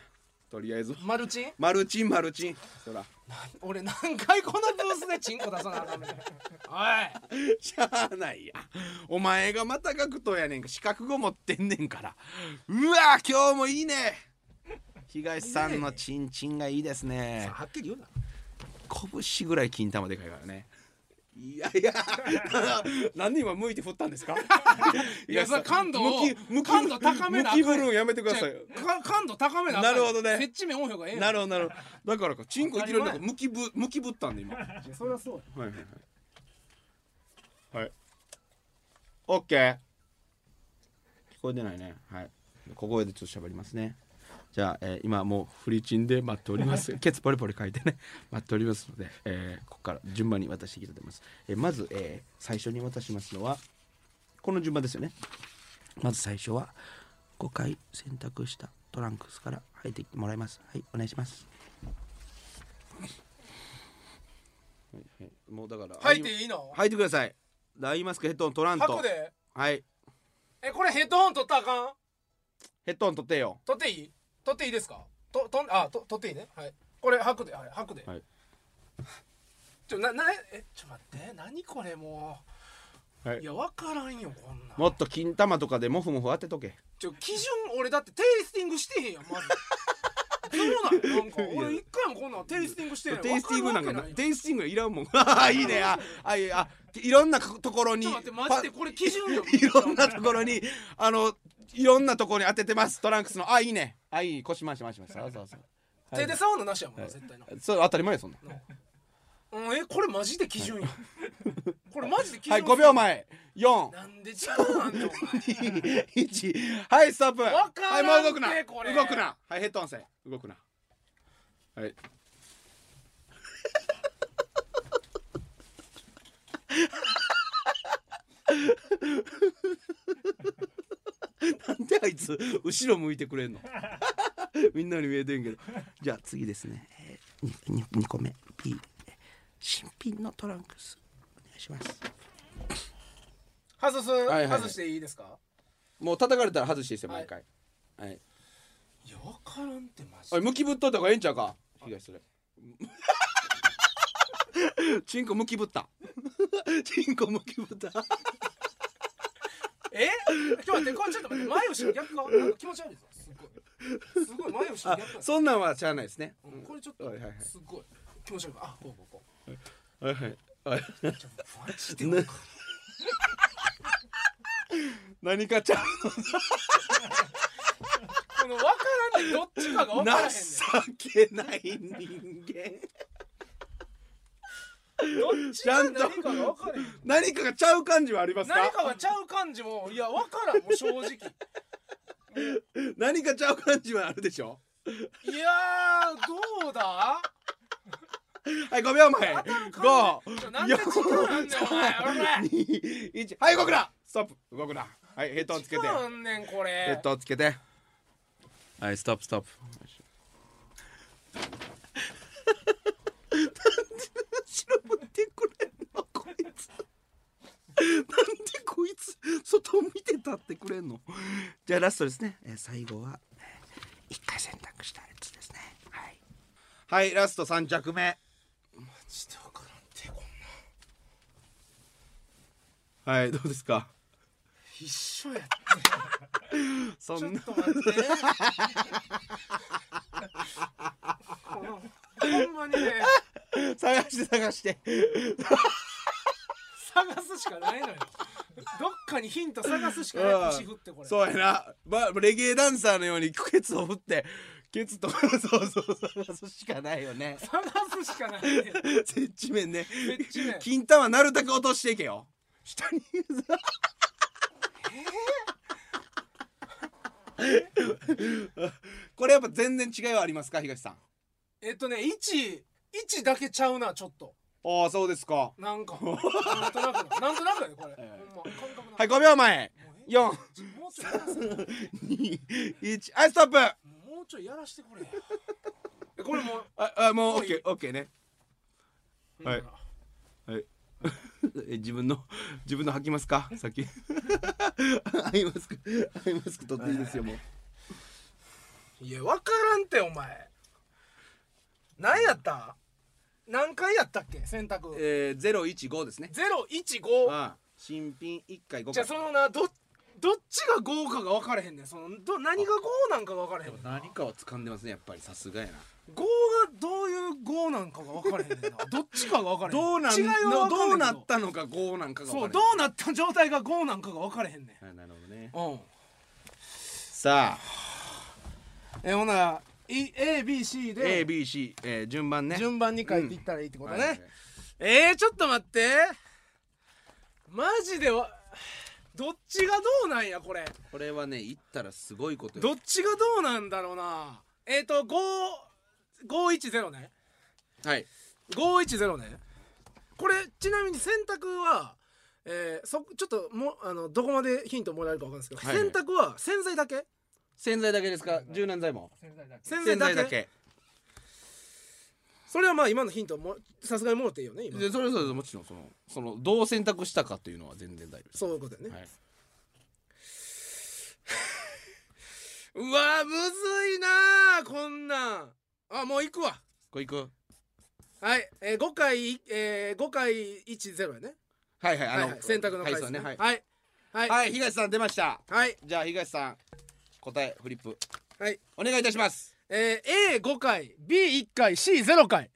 B: とりあえず
A: マルチン
B: マルチンマルチンそら
A: 俺何回このブースでチンコ出さなあかんねんおい
B: しゃあないやお前がまた学徒やねんか資格語持ってんねんからうわ今日もいいね東さんのチンチンがいいですね
A: さあはっきり言うな
B: 拳ぐらい金玉でかいからねいやい や何で今向いて振ったんですか
A: いやそれ感度を
B: 向き向き
A: 感度高めなあかん
B: 向き振るんやめてください
A: じゃあか感度高めなあかん
B: なるほどね
A: 接地面音量がええ
B: なる
A: ほ
B: ほどなるほどだからかチンコいきなりなんか向きぶ向きぶったんで今
A: どそれはそう
B: はいはいはいはいオッケー。聞こえてないね。はい。小声でちょっと喋りますね。じゃあ、えー今もうフリチンで待ってお ります。ケツポリポリ書いてね、 待っておりますので、えーここから順番に渡していきたいと思います。えーまず、えー最初に渡しますのは、この順番ですよね。まず最初は、5回選択したトランクスから入ってもらいます。はい、お願いします。もうだから
A: 入っていいの
B: 入ってください。アイマスクヘッドホン取らんと。
A: 箱で
B: はい。
A: えこれヘッドホン取ったらあかん
B: ヘッドホン取ってよ。
A: 取っていい取っていいですかととんあと取っていいねはいこれ白ではい白で、
B: はい
A: ちょななえちょ待って何これもう、
B: はい
A: いやわからんよこんなん
B: もっと金玉とかでモフモフ当てとけ。
A: ちょ基準俺だってテイスティングしてへんやんまず そうなんなんか俺一回もこんなんテイスティングしてない
B: テイスティングなんかな
A: わるわけい
B: テイスティングいらん もん。あいいね。あ、あいあいろんなところに。
A: ちょっと待ってマジでこれ基準よ
B: パ いろんなところにあのいろんなところに当ててます。トランクスのあいいね。あいい腰回し回します。そうそうそう。
A: 手で触るのなしやもんな、絶対な、
B: そう当たり前よそんな。
A: うん、えこれマジで基準よ、 これマジで基準
B: はい5秒前。4。
A: なんで時間あんの
B: 一はいストップ
A: わからんて
B: はいもう動くな
A: これ
B: 動くなはいヘッド音声動くなはいなんであいつ後ろ向いてくれんの みんなに見えてんけどじゃあ次ですね、えー、2, 個目 B 新品のトランクスお願いします
A: 外す、
B: いはいはい
A: 外していいですか
B: もう叩かれたら外していいですよ毎回はい
A: いや分からんってマジ
B: おいむきぶっといた方がええんちゃうか 東それチンコむきぶった チンコむきぶった
A: えちょっと待ってこれちょっと待って前後ろ逆がなんか気持ち悪いぞすごいすごい前後ろ逆が
B: そんなんはしゃあないですね
A: うんこれちょっ
B: はいはいはい
A: とすごい気持ち悪いあこうこうこう
B: はいはいはい
A: ちょっとマジで分か
B: 何かちゃ
A: らんこの分からんでどっちかが分からへんねん
B: 情けない人 間
A: どっちが何かが分からへん
B: 何かがちゃう感じはありますか
A: 何かがちゃう感じもいや分からんもう正直い
B: 何かちゃう感じはあるでしょ
A: やーどうだ
B: はい5秒前
A: かちょなんで時間あんねんお前
B: 541はい動くなストップ動くなはいヘッドホンつけ
A: 時
B: て
A: 間あんねんこ
B: ヘ
A: れ
B: ッドつけて。はい、ストップストップ。なんで後ろ向いてくれんのこいつ。なんでこいつ外を見て立ってくれんの。じゃあラストですね。えー最後はえー一回選択したやつですね。はい。はい、ラスト三着目。
A: マジで分からんってこんな
B: はい、どうですか。
A: 一緒やって
B: そ
A: ちょっ
B: んな
A: と待って。このほんまにね、
B: 探して探して。
A: 探すしかないのよ。どっかにヒント探すしか
B: うん
A: ない。腰振ってこれ。
B: そうやな、まあ、レゲエダンサーのようにケツを振ってケツとそうそう探すしかないよね
A: 探すしかない、ね。
B: 接地面ね
A: 接地面
B: 金玉なるたけ落としていけよ下に これやっぱ全然違いはありますか東さん
A: えっとね、位置、位置だけちゃうな、ちょっと。
B: ああそうですか
A: なんか。なんとなくな。なんとなくやね、これ。ほんま、
B: い
A: 感覚な。
B: はい5秒前421
A: もうちょいやらせも
B: はいストップ
A: うちょいやらしてくれや。えこれもう。
B: ああもう OKOK ねはい
A: ほんなら
B: はい。え自分の 自分の吐きますか 先。アイマスクアイマスク取っていいですよもう。
A: いや分からんってお前何やった何回やったっけ選択
B: えゼロ一五ですね。
A: 015
B: ああ新品一回五
A: じゃ
B: 回
A: あ。そのなどどっちが5かが分からへんねんそのど何が5なんかが分からへん5が
B: 何かを掴んでますねやっぱりさすがやな。
A: どういう5なんかが分からへんねんな どっちかが分からへん
B: どうなん
A: 違いは分か
B: ど
A: ん
B: う
A: ねん
B: な
A: け
B: ったのか五なんかが
A: そう
B: 分
A: ど
B: か
A: うなった状態が5なんかが分からへんねん
B: らない。あなるほどね。
A: うん
B: さあ
A: えほな ABC
B: A
A: で
B: B C えー順番ね。
A: 順番に書いていったらいいってことね、
B: はいはい
A: えー、ちょっと待ってマジでわどっちがどうなんやこれ
B: これはね行ったらすごいこと
A: どっちがどうなんだろうなえっ、ー、と5510ね
B: はい
A: 510ねこれちなみに選択はえー、そちょっともあのどこまでヒントもらえるかわかんないですけど、
B: はいはい
A: 選択は洗剤だけ
B: 洗剤だけですか柔軟剤も
C: 洗剤だけ
A: 洗剤だけ
B: け
A: それはまあ今のヒントもさすがにもろていいよね今
B: でそれぞれもちろんそのそのどう選択したかというのは全然大丈夫
A: そういうことだよね、
B: はいう
A: わーむずいなーこんなんあもう行くわ
B: これいく
A: はい、えー、5回、えー、5回10やね
B: はいはい
A: はい、はい、選択の回数
B: 数
A: ねは
B: ねはいい
A: はいはいはい、
B: はい東さん出ましたじゃあ東さん答えフリップ
A: はい
B: お願いいたします
A: えー、A5 回 B1 回 C0 回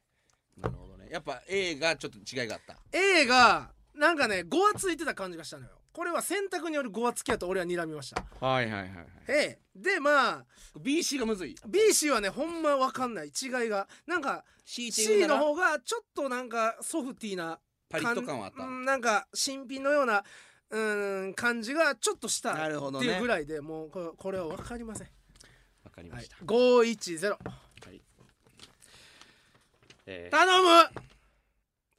B: なるほどねやっぱ A がちょっと違いがあった
A: A がなんかね5はついてた感じがしたのよこれは選択による5はつきやと俺は睨みました
B: はいはいはいはい
A: えー、でまあ
B: BC がむずい
A: BC はねほんまわかんない違いがなんか
B: C ってい
A: C
B: う
A: の
B: なら
A: 方がちょっとなんかソフティーな
B: パリッと感はあった
A: うんなんか新品のようなうん感じがちょっとした
B: なるほど
A: っ
B: ね
A: ていうぐらいでもうこれこれは分かりません、
B: わかり
A: は
B: ま
A: い
B: した、、
A: 510
B: はいえー
A: 頼む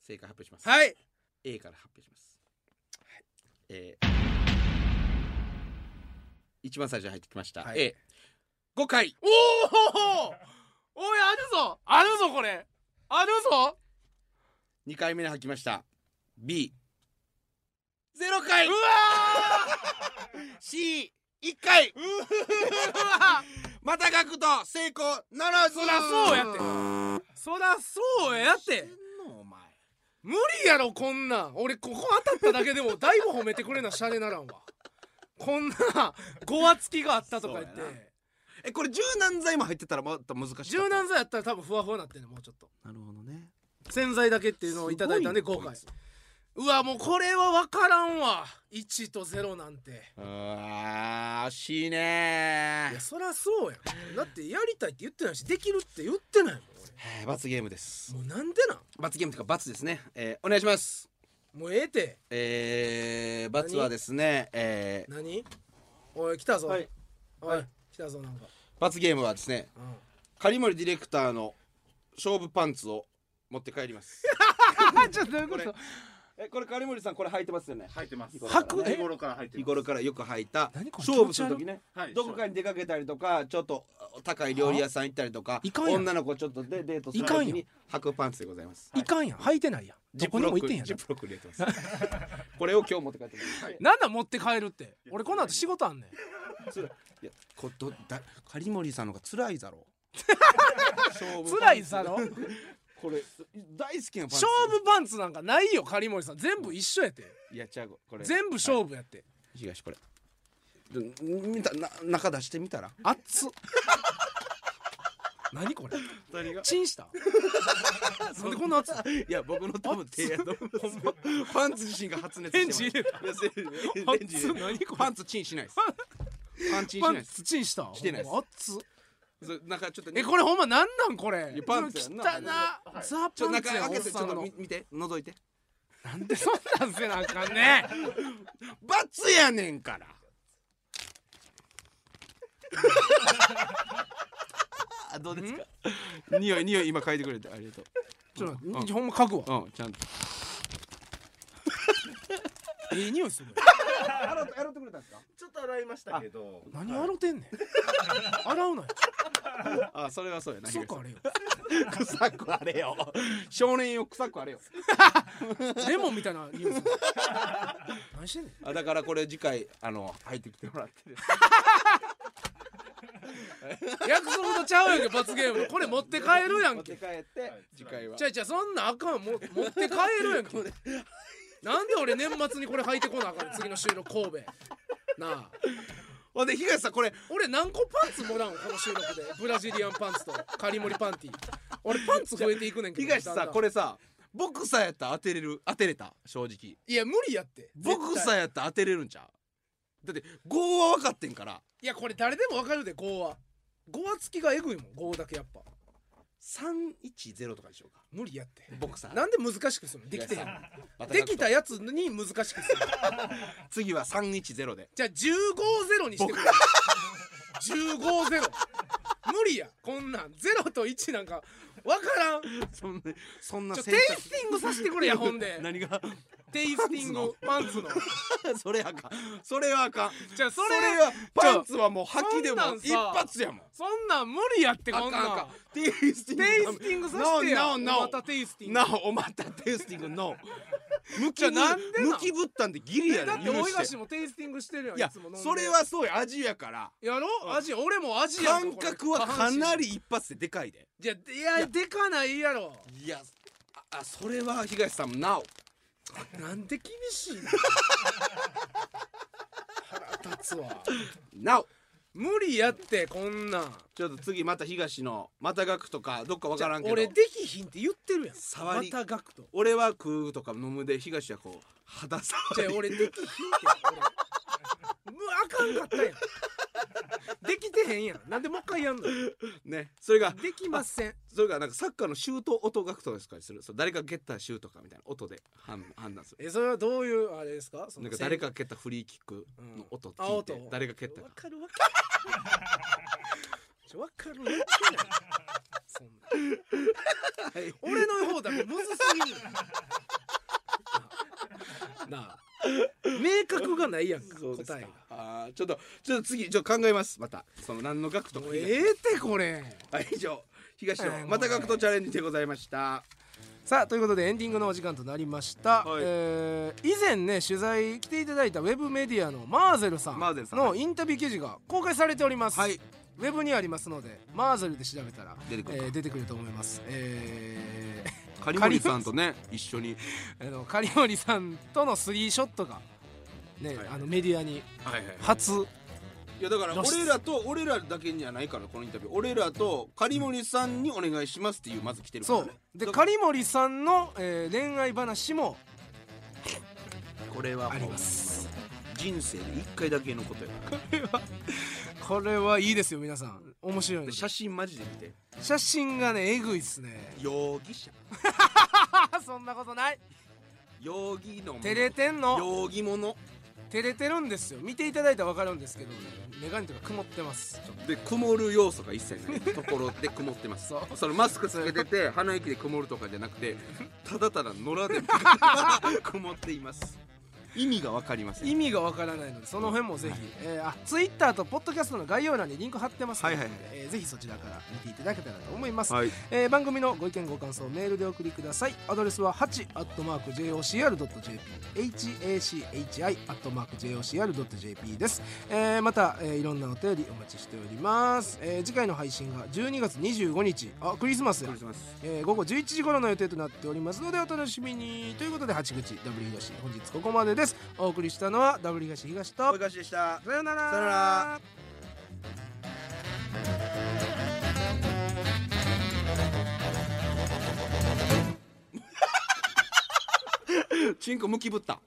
B: 正解発表します、
A: はい
B: A から発表します、えー一番最初に入ってきました、
A: はい
B: A 5回
A: おおおいあるぞあるぞこれあるぞ
B: 2回目に入ってきました B ゼロ回
A: うわ
B: C 一
A: ー
B: 回
A: うわ
B: また書くと成功ならず
A: そらそうやってそらそうやって
B: んのお前
A: 無理やろこんなん俺ここ当たっただけでもだいぶ褒めてくれなシャレならんわこんなごわつきがあったとか言って
B: そうやなえこれ柔軟剤も入ってたらまた難しい
A: 柔軟剤やったら多分ふわふわなってんのもうちょっと
B: なるほどね
A: 洗剤だけっていうのをいただいたんで
B: ご
A: 5
B: な
A: 回
B: こいつ
A: うわもうこれは分からんわ1と0なんて
B: あー惜しい
A: い
B: ね
A: やそりゃそうやんだってやりたいって言ってないしできるって言ってないもん
B: はあ罰ゲームです
A: 俺もうなんでなん
B: 罰ゲームというか罰ですね、えー、お願いします
A: もうええて
B: えー、罰はですね、えー、
A: 何おい来たぞ、
C: はい
A: おい来たぞなんか、
B: 罰ゲームはですね
A: うん
B: 狩森ディレクターの勝負パンツを持って帰ります
A: ちょっとどういう
B: これえこれ狩森さんこれ履いてますよね
C: 入ってます
B: 履く
C: 日頃から入ってます
B: 日頃からよく履いた
A: 何これ
B: 勝負する時ね
C: はい
B: どこかに出かけたりとかちょっと高い料理屋さん行ったりとか
A: いかんやん
B: 女の子ちょっとでデートする
A: いかんやん
B: 時に履くパンツでございます
A: いかんやん履いてないやんどこにも行ってんやん
B: ジップロックジップロックに入れてます これを今日持って帰ってます、い、
A: なんだ持って帰るって俺この後仕事あんねん
B: やこどだ狩森さんの方が辛いだろう勝負パンツ
A: 辛いさろ
B: これ大好きなパンツ
A: 勝負パンツなんかないよ狩森さん全部一緒やって
B: いやちゃうこれ
A: 全部
B: 負、
A: 勝負やって
B: はい東これ見たな中出してみたら
A: 熱っ 何これ
B: 何が
A: チンした なんでこんな熱い
B: いや僕の多分手やと思いますよパンツ自身が発熱してます
A: レンジ入れ
B: いやせレンジ入れ
A: 熱っ何これ
B: パンツチンしないですパンチンし
A: パ
B: ない
A: ン
B: です
A: ツチンした
B: してないです
A: ほんま熱っ
B: そうなんかちょっとね
A: えこれほんまなんなんこれ
B: いやパンツやんな
A: 汚なザ・
B: ちょっと
A: パン
B: 中
A: ツや
B: 開
A: んお
B: け
A: って
B: ち
A: さ
B: ょっ
A: ん
B: と
A: の
B: み見て覗いて
A: なんでそんなんせなあかん ねん
B: 罰やねん からどうですか匂い匂い今嗅いでくれてありがと
A: ちょっと
B: うん
A: 待ってほんま書くわ
B: ううんちゃんと
A: ええ匂いする
B: 洗って洗ってくれたんですか
C: ちょっと洗いましたけど
A: 何洗ってんねん洗うなよ
B: あそれはそうやな
A: そっかあれよ
B: 東さん臭くあれよ少年よ臭くあれよ
A: レモンみたいな匂いす る何してんねん
B: あだからこれ次回あの入ってきてもらって
A: 約束とちゃうやんけ罰ゲームこれ持って帰るやん
B: 持って
A: け
B: 帰って次回は
A: ちゃいちゃいそんなんあかんも持って帰るや んけなんで俺年末にこれ履いてこなあかん次の収録神戸なあ
B: ほんで東さんこれ
A: 俺何個パンツもらうんこの収録でブラジリアンパンツとカリモリパンティ俺パンツ増えていくねんけど
B: 東
A: だん
B: さ
A: だん
B: これさボクサーやったら当てれる当てれた正直
A: いや無理やって
B: ボクサー
A: 絶対
B: やったら当てれるんちゃうだって5は分かってんから
A: いやこれ誰でもわかるで5は5は付きがえぐいもん5だけやっぱ
B: 310とかでしょうか
A: 無理やって
B: ボクサー
A: なんで難しくするのできてへんできたやつに難しくする
B: 次は310で
A: じゃあ150にしてくれ150無理やこんなん0と1なんかわからんち
B: そんなそんな
A: ょテ
B: 選
A: イ
B: 択
A: スティングさせてくれやほんで
B: 何が
A: テイスティングパンツの
B: それあかんそれはあかん
A: じゃあそ
B: それ
A: れ
B: はパンツはもう吐きでも
A: そんなんさ
B: 一発やもん
A: そんなん無理やって
B: あ
A: こん
B: かん
A: な
B: あか
A: ん
B: んテイスティング
A: テイスティングさせてや
B: No, no, no.
A: またテイスティング
B: なおまたテイスティングのむき
A: じゃあなんでなん
B: むきぶったんでギリや
A: だ
B: で
A: って大
B: 許
A: 東
B: して
A: もテイスティングしてるやん
B: いや
A: つも飲んで
B: それはそうや味やから
A: やろアジ俺もアジやん
B: 感
A: か
B: 覚
A: これ
B: はかなり一発ででかいで
A: いやいやでかないやろ
B: いやああそれは東さんもなお
A: なんで厳しいの 腹立つわ
B: なお
A: 無理やってこんなん
B: ちょっと次また東のまたがくとかどっかわからんけど
A: 俺できひんって言ってるやん
B: 触り
A: また学と
B: 俺は食うとか飲むで東はこう肌触
A: じゃ
B: り
A: あ俺できひんって 俺もうあかんかったやんできてへんやんなんでもう一回やんのよ
B: ねそれが
A: できません
B: それがなんかサッカーのシュート音楽とかですかにするそう誰か蹴ったシュートかみたいな音で判判断する
A: えそれはどういうあれですかその
B: なんか誰か蹴ったフリーキックの音
A: うんあ
B: 聞い
A: 音
B: て誰が蹴った
A: わ
B: か
A: かるわかる ちょわかるわけないそんな
B: はい
A: 俺の方だけむずすぎる なあ明確がないやんか
B: そうですか
A: 答え
B: あーちょっとちょっと次ちょっと考えますまたその何の楽と
A: が
B: か
A: もうええってこれ
B: はい以上東
A: はい
B: のまた楽とチャレンジでございました
A: さあということでエンディングのお時間となりました、
B: はい
A: えー以前ね取材来ていただいたウェブメディアのマーゼルさん
B: マーゼルさん
A: の
B: はい
A: インタビュー記事が公開されております、
B: はい
A: ウェブにありますのでマーゼルで調べたら
B: 出てくるか
A: えー出てくると思います、え
B: カリモリさんとね一緒に
A: ー あのカリモリさんとのスリーショットがね、
B: はい
A: あのメディアに
B: はいはい
A: 初
B: いやだから
A: 露出
B: 俺らと俺らだけじゃないからこのインタビュー俺らとカリモリさんにお願いしますっていうまず来てるから、
A: そ
B: ね
A: う、で
B: だから
A: 狩森さんの、えー恋愛話も
B: これはもう
A: あります
B: 人生で一回だけのことやから
A: これはいいですよ皆さん面白いの
B: で
A: で
B: 写真マジで見て
A: 写真がねえぐいっす ね
B: 容疑者
A: そんなことない
B: 容疑の者
A: 照れてんの
B: 容疑者
A: 照れてるんですよ見ていただいたら分かるんですけど眼鏡とか曇ってます
B: で曇る要素が一切ないところで曇ってます
A: そう
B: そのマスクつけてて鼻息で曇るとかじゃなくてただただ野良で曇っています意味がわかりません
A: 意味がわからないのでその辺もぜひ、えーあツイッターとポッドキャストの概要欄にリンク貼ってますので、
B: はいはいはい
A: えーぜひそちらから見ていただけたらと思います、
B: はい
A: えー番組のご意見ご感想メールでお送りくださいアドレスは 8-jocr.jphhi-jocr.jp です、えーまた、えーいろんなお便りお待ちしております、えー次回の配信が12月25日あクリスマス
B: お
A: や
B: 願いします
A: えー午後11時頃の予定となっておりますのでお楽しみにということで八口ダブル東本日ここまでですお送りしたのはダブル東東と
B: おいかしでした
A: さよなら
B: さよならチンコむきぶった